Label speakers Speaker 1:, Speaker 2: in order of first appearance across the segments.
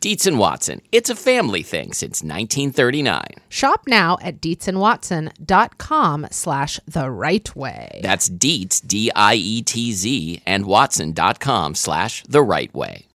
Speaker 1: Dietz and Watson, it's a family thing since 1939.
Speaker 2: Shop now at DietzandWatson.com slash the right way.
Speaker 1: That's Dietz, D I E T Z, and Watson.com slash the right way.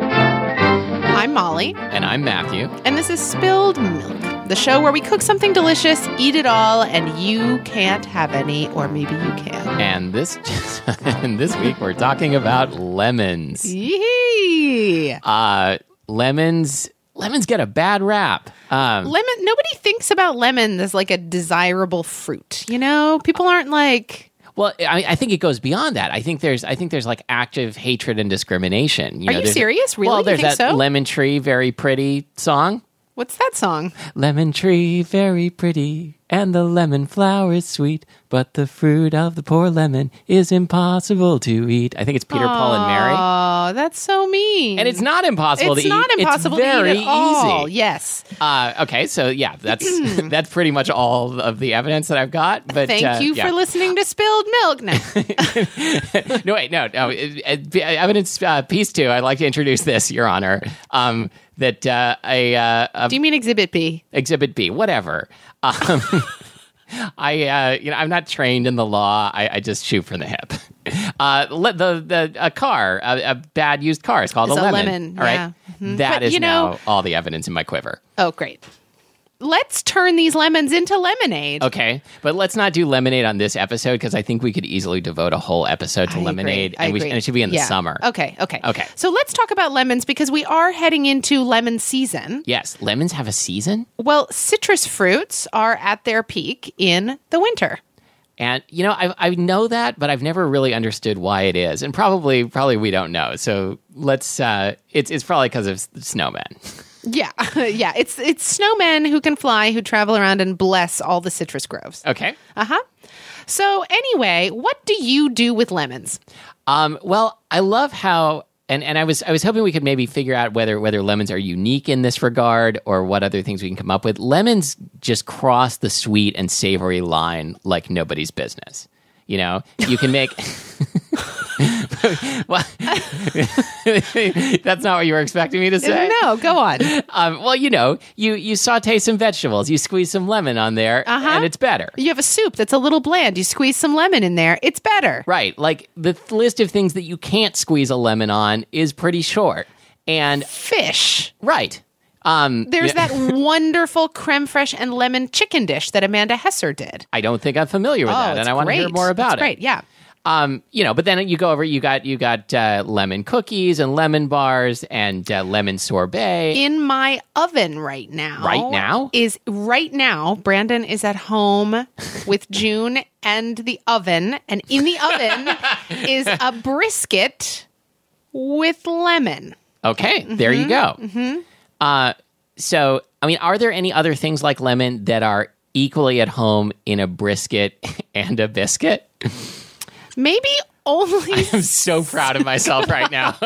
Speaker 2: I'm Molly,
Speaker 1: And I'm Matthew.
Speaker 2: and this is Spilled Milk, the show where we cook something delicious, eat it all, and you can't have any, or maybe you can.
Speaker 1: And this, and this week we're talking about lemons.
Speaker 2: Yee!
Speaker 1: Uh, lemons, lemons get a bad rap. Um,
Speaker 2: Lemon, nobody thinks about lemon as like a desirable fruit. You know, people aren't like,
Speaker 1: Well, I, I think it goes beyond that. I think there's, I think there's like active hatred and discrimination.
Speaker 2: Are you
Speaker 1: there's-
Speaker 2: serious? Really?
Speaker 1: Well,
Speaker 2: You
Speaker 1: there's
Speaker 2: think
Speaker 1: that
Speaker 2: so?
Speaker 1: "Lemon Tree, Very Pretty" song.
Speaker 2: what's that song?
Speaker 1: Lemon tree, very pretty, and the lemon flower is sweet, but the fruit of the poor lemon is impossible to eat. I think it's Peter, Paul, and Mary.
Speaker 2: Oh, that's so mean.
Speaker 1: And it's not impossible
Speaker 2: it's
Speaker 1: to
Speaker 2: not
Speaker 1: eat.
Speaker 2: impossible
Speaker 1: it's very
Speaker 2: to eat at all.
Speaker 1: easy.
Speaker 2: Yes.
Speaker 1: Uh, okay, so yeah, that's that's pretty much all of the evidence that I've got. But
Speaker 2: Thank
Speaker 1: uh,
Speaker 2: you
Speaker 1: yeah.
Speaker 2: for listening to Spilled Milk. No.
Speaker 1: no, wait, no, no. It- it- Evidence uh, piece two. I'd like to introduce this, Your Honor. Um, that uh, a, uh, a
Speaker 2: Do you mean Exhibit B?
Speaker 1: exhibit B, whatever. Um, I, uh, you know, I'm not trained in the law. I, I just shoot from the hip. Uh, le- the the a car, a, a bad used car, is called
Speaker 2: It's
Speaker 1: a
Speaker 2: a
Speaker 1: lemon.
Speaker 2: lemon,
Speaker 1: all right,
Speaker 2: yeah. Mhm.
Speaker 1: That
Speaker 2: But,
Speaker 1: is
Speaker 2: you know-
Speaker 1: now all the evidence in my quiver.
Speaker 2: Oh, great. Let's turn these lemons into lemonade.
Speaker 1: Okay, but let's not do lemonade on this episode because I think we could easily devote a whole episode to
Speaker 2: I agree.
Speaker 1: lemonade,
Speaker 2: I
Speaker 1: and, we,
Speaker 2: agree.
Speaker 1: and it should be in the
Speaker 2: Yeah.
Speaker 1: summer.
Speaker 2: Okay, okay,
Speaker 1: Okay.
Speaker 2: So let's talk about lemons because we are heading into lemon season.
Speaker 1: Yes, lemons have a season.
Speaker 2: Well, citrus fruits are at their peak in the winter.
Speaker 1: And you know, I I know that, but I've never really understood why it is, and probably probably we don't know. So let's. Uh, it's it's probably because of s- snowmen.
Speaker 2: Yeah, yeah. It's it's snowmen who can fly who travel around and bless all the citrus groves.
Speaker 1: Okay.
Speaker 2: Uh huh. So anyway, what do you do with lemons?
Speaker 1: Um. Well, I love how. And, and I was I was hoping we could maybe figure out whether whether lemons are unique in this regard or what other things we can come up with. Lemons just cross the sweet and savory line like nobody's business. You know, you can make. well, that's not what you were expecting me to say.
Speaker 2: No, go on.
Speaker 1: Um, well, you know, you you saute some vegetables, you squeeze some lemon on there,
Speaker 2: Uh-huh.
Speaker 1: and it's better.
Speaker 2: You have a soup that's a little bland. You squeeze some lemon in there. It's better.
Speaker 1: Right. Like the th- list of things that you can't squeeze a lemon on is pretty short. And
Speaker 2: Fish.
Speaker 1: right. Um,
Speaker 2: There's that wonderful creme fraiche and lemon chicken dish that Amanda Hesser did.
Speaker 1: I don't think I'm familiar with that,
Speaker 2: Oh, it's
Speaker 1: and I want to hear
Speaker 2: great.
Speaker 1: more
Speaker 2: It's
Speaker 1: about it.
Speaker 2: Great, yeah.
Speaker 1: Um, you know, but then you go over. You got you got uh, lemon cookies and lemon bars and uh, lemon sorbet.
Speaker 2: In my oven right now.
Speaker 1: Right now?
Speaker 2: Is right now. Brandon is at home with June and the oven. And in the oven is a brisket with lemon.
Speaker 1: Okay, there you go.
Speaker 2: Mm-hmm,
Speaker 1: Uh, so, I mean, are there any other things like lemon that are equally at home in a brisket and a biscuit?
Speaker 2: Maybe only
Speaker 1: I'm so proud of myself right now.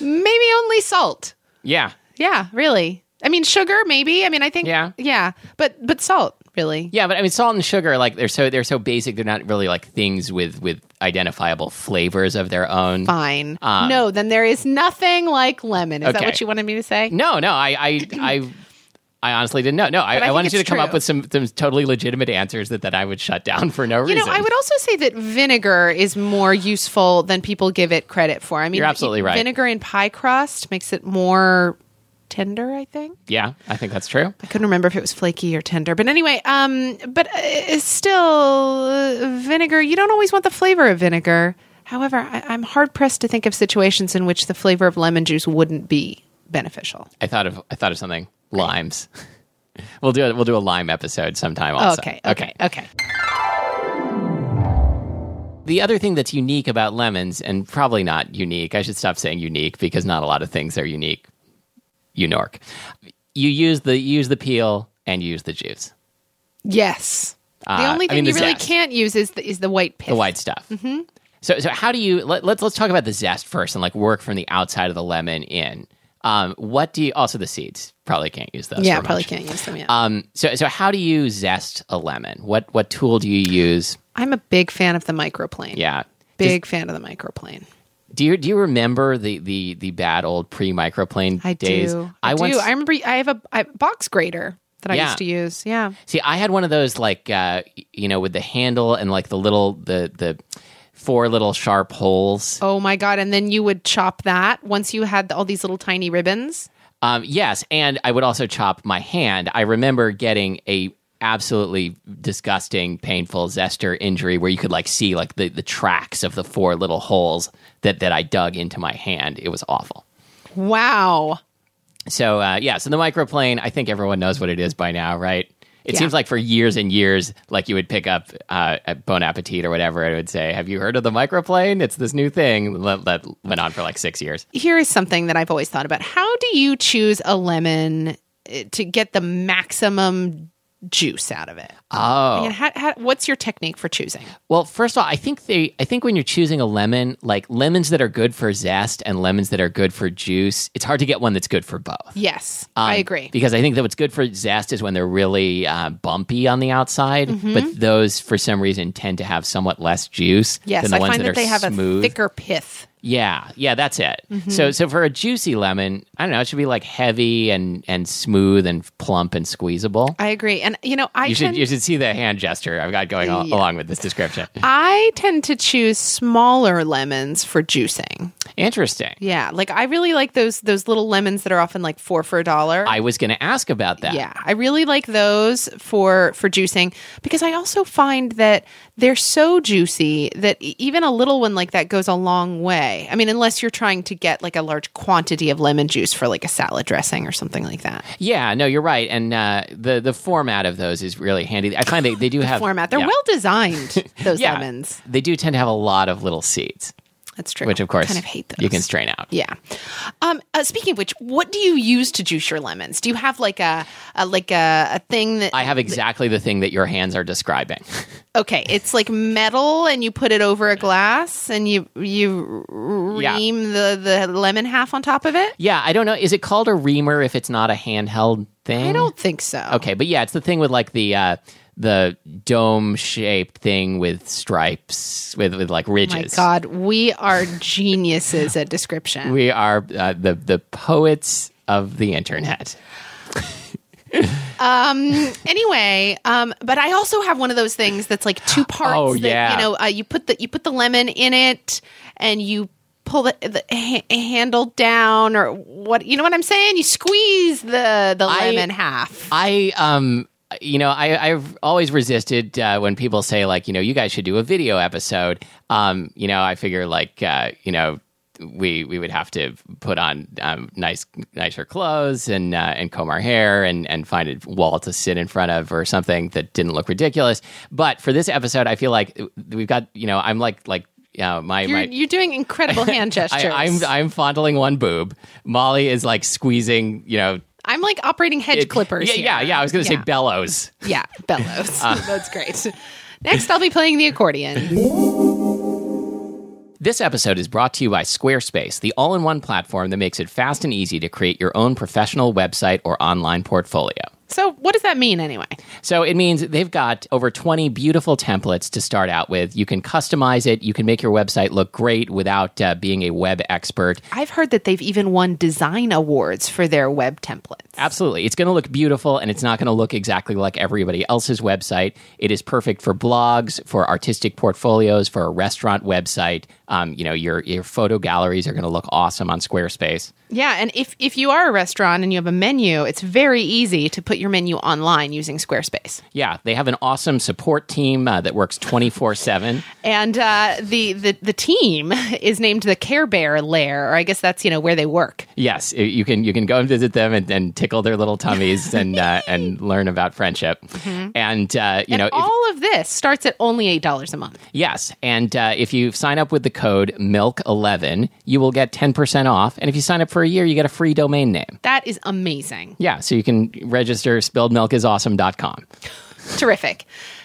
Speaker 2: maybe only salt.
Speaker 1: yeah.
Speaker 2: Yeah, really. I mean sugar maybe. I mean I think
Speaker 1: Yeah.
Speaker 2: Yeah. But but salt. really.
Speaker 1: Yeah, but I mean, salt and sugar, like they're so they're so basic. They're not really like things with with identifiable flavors of their own.
Speaker 2: Fine. no, then there is nothing like lemon. Is that
Speaker 1: Um, okay.
Speaker 2: what you wanted me to say?
Speaker 1: No, no, I I I, I honestly didn't know. No, I, I,
Speaker 2: think
Speaker 1: wanted you to
Speaker 2: it's
Speaker 1: come up
Speaker 2: true.
Speaker 1: with some some totally legitimate answers that that I would shut down for no
Speaker 2: You
Speaker 1: reason.
Speaker 2: know, I would also say that vinegar is more useful than people give it credit for. I mean,
Speaker 1: You're absolutely right.
Speaker 2: Vinegar in pie crust makes it more tender, I think.
Speaker 1: yeah, I think that's true.
Speaker 2: I couldn't remember if it was flaky or tender. But anyway, um but uh, still uh, vinegar, you don't always want the flavor of vinegar. However, I, I'm hard pressed to think of situations in which the flavor of lemon juice wouldn't be beneficial.
Speaker 1: I thought of I thought of something. Limes. we'll do it. We'll do a lime episode sometime. Also.
Speaker 2: okay, okay, okay.
Speaker 1: The other thing that's unique about lemons, and probably not unique, I should stop saying unique because not a lot of things are unique. Unork. You use the use the peel and use the juice.
Speaker 2: Yes. the
Speaker 1: Uh,
Speaker 2: only
Speaker 1: I
Speaker 2: thing
Speaker 1: mean,
Speaker 2: you
Speaker 1: the
Speaker 2: really
Speaker 1: zest.
Speaker 2: can't use is the, is the white pith.
Speaker 1: the white stuff. Mm-hmm. So, so how do you let, let's let's talk about the zest first and like work from the outside of the lemon in. Um, what do you also the seeds probably can't use those.
Speaker 2: Yeah,
Speaker 1: for
Speaker 2: probably
Speaker 1: much.
Speaker 2: can't use them. Yeah.
Speaker 1: Um, so so how do you zest a lemon? What what tool do you use?
Speaker 2: I'm a big fan of the microplane.
Speaker 1: Yeah,
Speaker 2: Big fan of the microplane.
Speaker 1: do you do you remember the the the bad old pre microplane
Speaker 2: I
Speaker 1: days?
Speaker 2: do.
Speaker 1: I,
Speaker 2: I, do.
Speaker 1: once
Speaker 2: I remember I have a, I, box grater that I
Speaker 1: Yeah.
Speaker 2: used to use. Yeah.
Speaker 1: see I had one of those like uh, you know with the handle and like the little the the four little sharp holes.
Speaker 2: Oh my god! And then you would chop that once you had all these little tiny ribbons.
Speaker 1: Um, yes, and I would also chop my hand. I remember getting a absolutely disgusting, painful zester injury where you could like see like the, the tracks of the four little holes that that I dug into my hand. It was awful.
Speaker 2: Wow.
Speaker 1: So uh, yeah, so the microplane. I think everyone knows what it is by now, right? It
Speaker 2: Yeah.
Speaker 1: seems like for years and years, like you would pick up uh, a Bon Appetit or whatever, and it would say, "Have you heard of the microplane? It's this new thing that that went on for like six years."
Speaker 2: Here is something that I've always thought about. How do you choose a lemon eh, to get the maximum juice out of it?
Speaker 1: Oh,
Speaker 2: And how, how, what's your technique for choosing?
Speaker 1: Well, first of all, I think they I think when you're choosing a lemon, like lemons that are good for zest and lemons that are good for juice, it's hard to get one that's good for both.
Speaker 2: Yes, I
Speaker 1: Um,
Speaker 2: agree.
Speaker 1: Because I think that what's good for zest is when they're really uh, bumpy on the outside, but those for some reason tend to have somewhat less juice
Speaker 2: Yes,
Speaker 1: than the
Speaker 2: I
Speaker 1: ones
Speaker 2: find
Speaker 1: that,
Speaker 2: that,
Speaker 1: are
Speaker 2: they have
Speaker 1: smooth.
Speaker 2: a thicker pith.
Speaker 1: yeah, yeah, that's it.
Speaker 2: Mm-hmm.
Speaker 1: So so for a juicy lemon, I don't know, it should be like heavy and and smooth and plump and squeezable.
Speaker 2: I agree, and you know, I
Speaker 1: you should
Speaker 2: tend,
Speaker 1: you should see the hand gesture I've got going al- along with this description.
Speaker 2: I tend to choose smaller lemons for juicing.
Speaker 1: Interesting.
Speaker 2: Yeah, like I really like those those little lemons that are often like four for a dollar.
Speaker 1: I was going to ask about that.
Speaker 2: yeah, I really like those for for juicing because I also find that they're so juicy that e- even a little one like that goes a long way. I mean, unless you're trying to get like a large quantity of lemon juice for like a salad dressing or something like that.
Speaker 1: Yeah, no, you're right. And uh, the the format of those is really handy. I find they, they do have
Speaker 2: Format. They're
Speaker 1: Oh, yeah.
Speaker 2: well designed. Those
Speaker 1: Yeah.
Speaker 2: lemons.
Speaker 1: They do tend to have a lot of little seeds,
Speaker 2: That's true.
Speaker 1: which of course
Speaker 2: kind of hate those.
Speaker 1: you can strain out.
Speaker 2: Yeah. Um, uh, speaking of which, what do you use to juice your lemons? Do you have like a, a like a, a thing that?
Speaker 1: I have exactly the thing that your hands are describing.
Speaker 2: okay, it's like metal, and you put it over a glass, and you you
Speaker 1: Yeah.
Speaker 2: ream the the lemon half on top of it.
Speaker 1: yeah, I don't know. Is it called a reamer if it's not a handheld thing?
Speaker 2: I don't think so.
Speaker 1: Mm. Okay, but yeah, it's the thing with like the uh, the dome shaped thing with stripes with with like
Speaker 2: Oh My
Speaker 1: ridges.
Speaker 2: God, we are geniuses at description.
Speaker 1: We are uh, the the poets of the internet.
Speaker 2: anyway, um, but I also have one of those things that's like two parts.
Speaker 1: Oh,
Speaker 2: that,
Speaker 1: yeah.
Speaker 2: you know, uh, you put the you put the lemon in it, and you pull the, the ha- handle down, or what? You know what I'm saying? You squeeze the the
Speaker 1: I-
Speaker 2: lemon half.
Speaker 1: I um you know I I've always resisted uh, when people say like you know you guys should do a video episode. Um you know I figure like uh you know we we would have to put on um, nice nicer clothes and uh, and comb our hair and and find a wall to sit in front of or something that didn't look ridiculous. But for this episode I feel like we've got you know I'm like like uh, my
Speaker 2: You're,
Speaker 1: my
Speaker 2: you're doing incredible hand gestures.
Speaker 1: I, I'm I'm fondling one boob. Molly is like squeezing, you know.
Speaker 2: I'm like operating hedge clippers.
Speaker 1: Yeah,
Speaker 2: here.
Speaker 1: yeah, yeah. I was Uh. gonna
Speaker 2: Yeah.
Speaker 1: say bellows.
Speaker 2: Yeah, bellows. That's great. Next, I'll be playing the accordion.
Speaker 1: This episode is brought to you by Squarespace, the all in one platform that makes it fast and easy to create your own professional website or online portfolio.
Speaker 2: So, what does that mean anyway?
Speaker 1: So it means they've got over 20 beautiful templates to start out with. You can customize it, you can make your website look great without uh, being a web expert.
Speaker 2: I've heard that they've even won design awards for their web templates.
Speaker 1: Absolutely. It's going to look beautiful and it's not going to look exactly like everybody else's website. It is perfect for blogs, for artistic portfolios, for a restaurant website. Um, you know, your, your photo galleries are going to look awesome on Squarespace.
Speaker 2: Yeah, and if if you are a restaurant and you have a menu, it's very easy to put your menu online using Squarespace.
Speaker 1: Yeah, they have an awesome support team uh, that works 24 7.
Speaker 2: And uh, the, the the team is named the Care Bear Lair, or I guess that's you know where they work.
Speaker 1: Yes, y- you can you can go and visit them and, and tickle their little tummies and uh, and learn about friendship. And uh, you know, if-
Speaker 2: Mm-hmm. All of this starts at only eight dollars a month.
Speaker 1: yes, and uh, if you sign up with the code Milk Eleven, you will get ten percent off. And if you sign up for a year, you get a free domain name.
Speaker 2: That is amazing,
Speaker 1: Yeah, so you can register spilledmilkisawesome.com.
Speaker 2: terrific.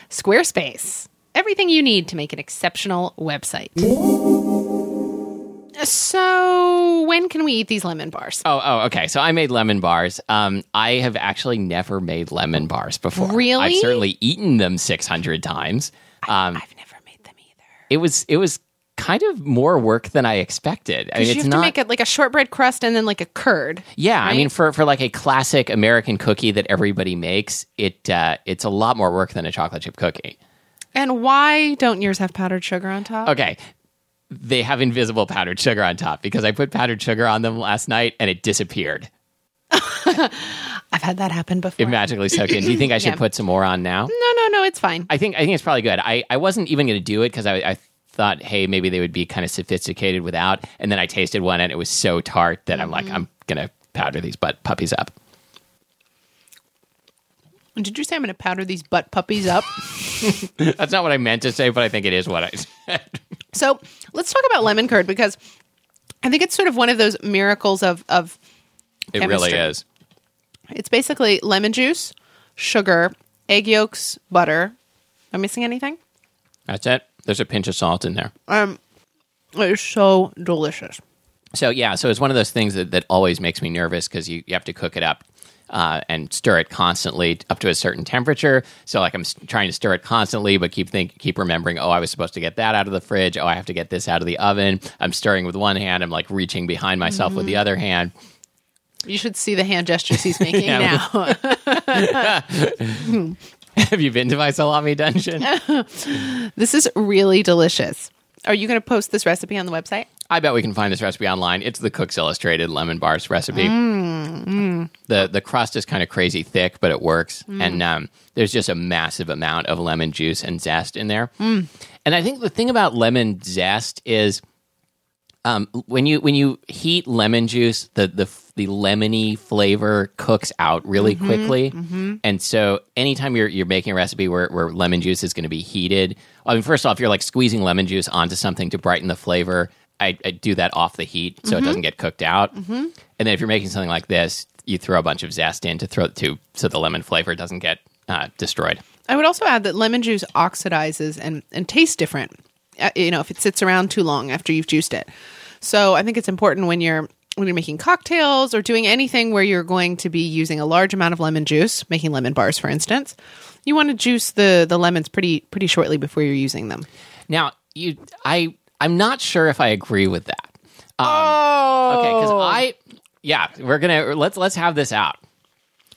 Speaker 2: Squarespace, everything you need to make an exceptional website. So, when can we eat these lemon bars?
Speaker 1: Oh, oh, okay. So I made lemon bars. Um, I have actually never made lemon bars before.
Speaker 2: Really?
Speaker 1: I've certainly eaten them six hundred times. Um,
Speaker 2: I've never made them either.
Speaker 1: it was it was kind of more work than I expected. I mean,
Speaker 2: you
Speaker 1: it's
Speaker 2: have
Speaker 1: not.
Speaker 2: to make it like a shortbread crust and then like a curd.
Speaker 1: yeah, I mean, for for like a classic American cookie that everybody makes, it uh, it's a lot more work than a chocolate chip cookie.
Speaker 2: And why don't yours have powdered sugar on top?
Speaker 1: Okay. They have invisible powdered sugar on top because I put powdered sugar on them last night and it disappeared.
Speaker 2: I've had that happen before.
Speaker 1: It magically soaked in. Do you think I should
Speaker 2: Yeah.
Speaker 1: put some more on now?
Speaker 2: no, no, no, it's fine.
Speaker 1: I think I think it's probably good. I, I wasn't even going to do it because I, I thought, hey, maybe they would be kind of sophisticated without. And then I tasted one and it was so tart that I'm like,
Speaker 2: Mm-hmm.
Speaker 1: I'm going to powder these butt puppies up.
Speaker 2: Did you say I'm going to powder these butt puppies up?
Speaker 1: That's not what I meant to say, but I think it is what I said.
Speaker 2: so let's talk about lemon curd because I think it's sort of one of those miracles of of
Speaker 1: It really
Speaker 2: Chemistry.
Speaker 1: is.
Speaker 2: it's basically lemon juice, sugar, egg yolks, butter. Am I missing anything?
Speaker 1: That's it. There's a pinch of salt in there.
Speaker 2: It is so delicious.
Speaker 1: So yeah, so it's one of those things that, that always makes me nervous because you, you have to cook it up uh, and stir it constantly up to a certain temperature. So like I'm s- trying to stir it constantly, but keep think keep remembering, oh, I was supposed to get that out of the fridge. Oh, I have to get this out of the oven. I'm stirring with one hand. I'm like reaching behind myself with the other hand.
Speaker 2: You should see the hand gestures he's making
Speaker 1: Yeah, I'm-
Speaker 2: now.
Speaker 1: have you been to my salami dungeon?
Speaker 2: this is really delicious. Are you going to post this recipe on the website?
Speaker 1: I bet we can find this recipe online. It's the Cook's Illustrated lemon bars recipe. The the crust is kind of crazy thick, but it works. And um, there's just a massive amount of lemon juice and zest in there. And I think the thing about lemon zest is um, when you when you heat lemon juice, the the the lemony flavor cooks out really quickly, and so anytime you're you're making a recipe where, where lemon juice is going to be heated, I mean, first off, you're like squeezing lemon juice onto something to brighten the flavor. I, I do that off the heat so it doesn't get cooked out, and then if you're making something like this, you throw a bunch of zest in to throw to so the lemon flavor doesn't get uh, destroyed.
Speaker 2: I would also add that lemon juice oxidizes and, and tastes different, uh, you know, if it sits around too long after you've juiced it. So I think it's important when you're when you're making cocktails or doing anything where you're going to be using a large amount of lemon juice, making lemon bars for instance, you want to juice the the lemons pretty pretty shortly before you're using them.
Speaker 1: Now, you, I, I'm not sure if I agree with that. Um, oh, okay, because I, yeah, we're gonna let's let's have this out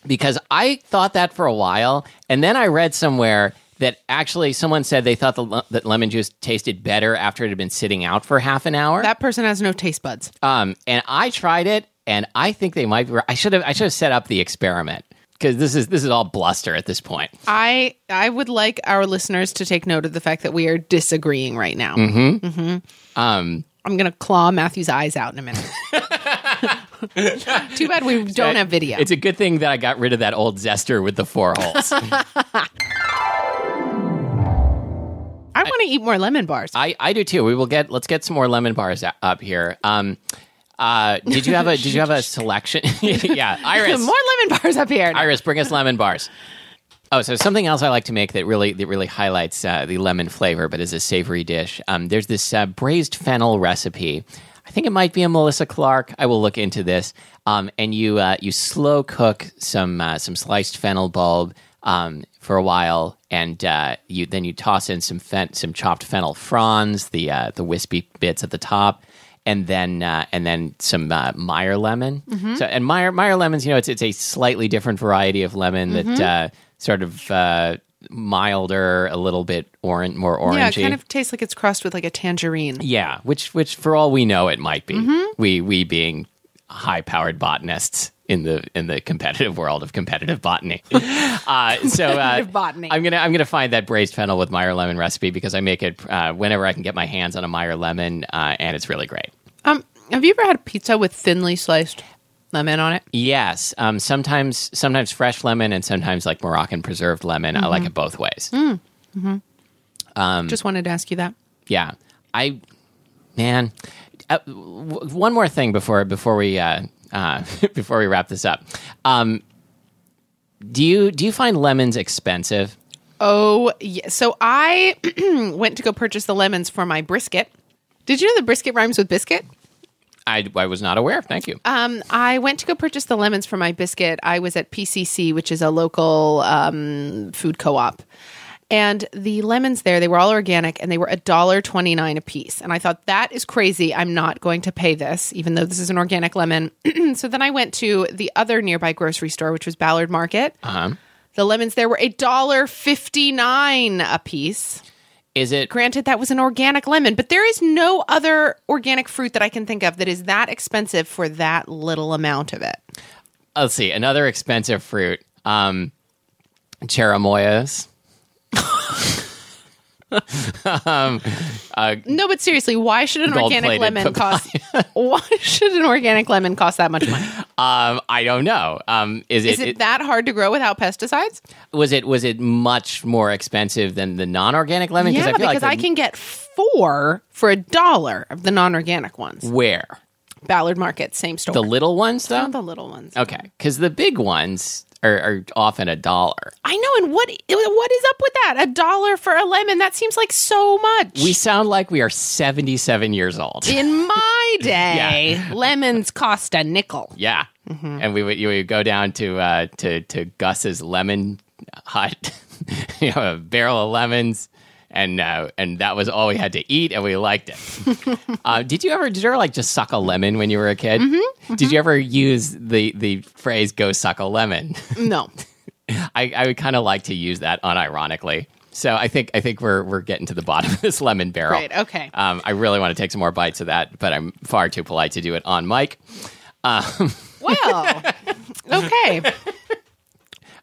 Speaker 1: because I thought that for a while, and then I read somewhere that actually someone said they thought the, le- that lemon juice tasted better after it had been sitting out for half an hour.
Speaker 2: That person has no taste buds.
Speaker 1: Um, and I tried it, and I think they might be. right. I should have I should have set up the experiment because this is this is all bluster at this point.
Speaker 2: I I would like our listeners to take note of the fact that we are disagreeing right now.
Speaker 1: Mm-hmm.
Speaker 2: Mm-hmm.
Speaker 1: Um,
Speaker 2: I'm gonna claw Matthew's eyes out in a minute. Too bad we don't have video.
Speaker 1: It's a good thing that I got rid of that old zester with the four holes.
Speaker 2: I want to eat more lemon bars.
Speaker 1: I, I do too. We will get let's get some more lemon bars a- up here. Um, uh, did you have a did you have a selection? yeah, Iris,
Speaker 2: More lemon bars up here.
Speaker 1: Iris, bring us lemon bars. Oh, so something else I like to make that really that really highlights uh, the lemon flavor, but is a savory dish. Um, there's this uh, braised fennel recipe. I think it might be a Melissa Clark. I will look into this. Um, and you uh, you slow cook some uh, some sliced fennel bulb um, for a while, and uh, you then you toss in some fen- some chopped fennel fronds, the uh, the wispy bits at the top, and then uh, and then some uh, Meyer lemon.
Speaker 2: Mm-hmm.
Speaker 1: So and Meyer Meyer lemons, you know, it's it's a slightly different variety of lemon
Speaker 2: Mm-hmm.
Speaker 1: that uh, sort of uh, milder, a little bit orange, more orangey.
Speaker 2: Yeah, it kind of tastes like it's crossed with like a tangerine.
Speaker 1: Yeah, which which for all we know it might be.
Speaker 2: Mm-hmm.
Speaker 1: We we being high powered botanists in the in the competitive world of competitive botany. uh, so uh,
Speaker 3: Competitive botany.
Speaker 1: I'm gonna I'm gonna find that braised fennel with Meyer lemon recipe because I make it uh, whenever I can get my hands on a Meyer lemon, uh, and it's really great.
Speaker 2: Um, have you ever had a pizza with thinly sliced lemon on it?
Speaker 1: Yes, um, sometimes sometimes fresh lemon and sometimes like Moroccan preserved lemon. I like it both ways. Um,
Speaker 2: Just wanted to ask you that.
Speaker 1: yeah i man uh, w- one more thing before before we uh, uh, before we wrap this up um, do you do you find lemons expensive
Speaker 2: Oh, yeah. So I went to go purchase the lemons for my brisket. Did you know that brisket rhymes with biscuit?
Speaker 1: I, I was not aware. Thank you.
Speaker 2: Um, I went to go purchase the lemons for my biscuit. I was at PCC, which is a local um, food co-op, and the lemons there they were all organic and they were a dollar twenty nine a piece. And I thought that is crazy. I'm not going to pay this, even though this is an organic lemon. so then I went to the other nearby grocery store, which was Ballard Market.
Speaker 1: Um,
Speaker 2: The lemons there were a dollar fifty nine a piece.
Speaker 1: is it
Speaker 2: Granted, that was an organic lemon, but there is no other organic fruit that I can think of that is that expensive for that little amount of it.
Speaker 1: let's see another expensive fruit um cherimoyas
Speaker 2: No, but seriously, why should an organic
Speaker 1: Gold-plated
Speaker 2: lemon cost? why should an organic lemon cost that much money?
Speaker 1: um i don't know um is,
Speaker 2: Is it, that hard to grow without pesticides?
Speaker 1: was it was it much more expensive than the non-organic lemon
Speaker 2: yeah,
Speaker 1: i feel
Speaker 2: because
Speaker 1: like
Speaker 2: I can get four for a dollar of the non-organic ones.
Speaker 1: where
Speaker 2: Ballard Market, same store.
Speaker 1: the little ones Uh though
Speaker 2: Not the little ones.
Speaker 1: Okay, because the big ones are, are often a dollar.
Speaker 2: I know, and what what is up with that? A dollar for a lemon? That seems like so much.
Speaker 1: We sound like we are seventy-seven years old.
Speaker 2: In my day, lemons cost a nickel.
Speaker 1: Yeah,
Speaker 2: Mm-hmm.
Speaker 1: and we would you would go down to uh, to to Gus's lemon hut, you know, a barrel of lemons, and uh, and that was all we had to eat, and we liked it. uh, did you ever did you ever like just suck a lemon when you were a kid?
Speaker 2: Mm-hmm.
Speaker 1: Did you ever use the the phrase "go suck a lemon"?
Speaker 2: No.
Speaker 1: I, I would kind of like to use that unironically. So I think I think we're we're getting to the bottom of this lemon barrel.
Speaker 2: Great, okay.
Speaker 1: Um, I really want to take some more bites of that, but I'm far too polite to do it on mic.
Speaker 2: Well, okay.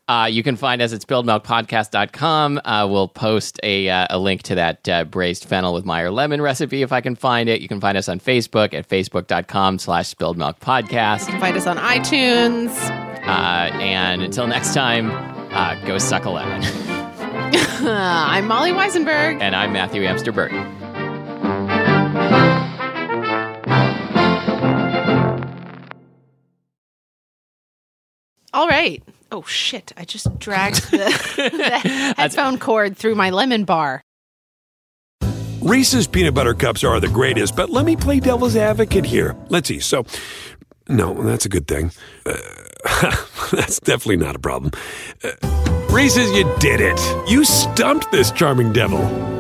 Speaker 1: Uh, you can find us at spilledmilkpodcast.com. Uh, we'll post a, uh, a link to that uh, braised fennel with Meyer lemon recipe if I can find it. You can find us on Facebook at facebook.com slash spilledmilkpodcast.
Speaker 2: Find us on iTunes.
Speaker 1: Uh, and until next time, uh, go suck a lemon.
Speaker 2: Uh, I'm Molly Weisenberg.
Speaker 1: and I'm Matthew Amster Burton.
Speaker 2: All right. Oh shit! I just dragged the, the headphone cord through my lemon bar.
Speaker 4: Reese's peanut butter cups are the greatest, but let me play devil's advocate here. Let's see. So, no, that's a good thing. Uh, that's definitely not a problem. Uh, Reese's, you did it. You stumped this charming devil.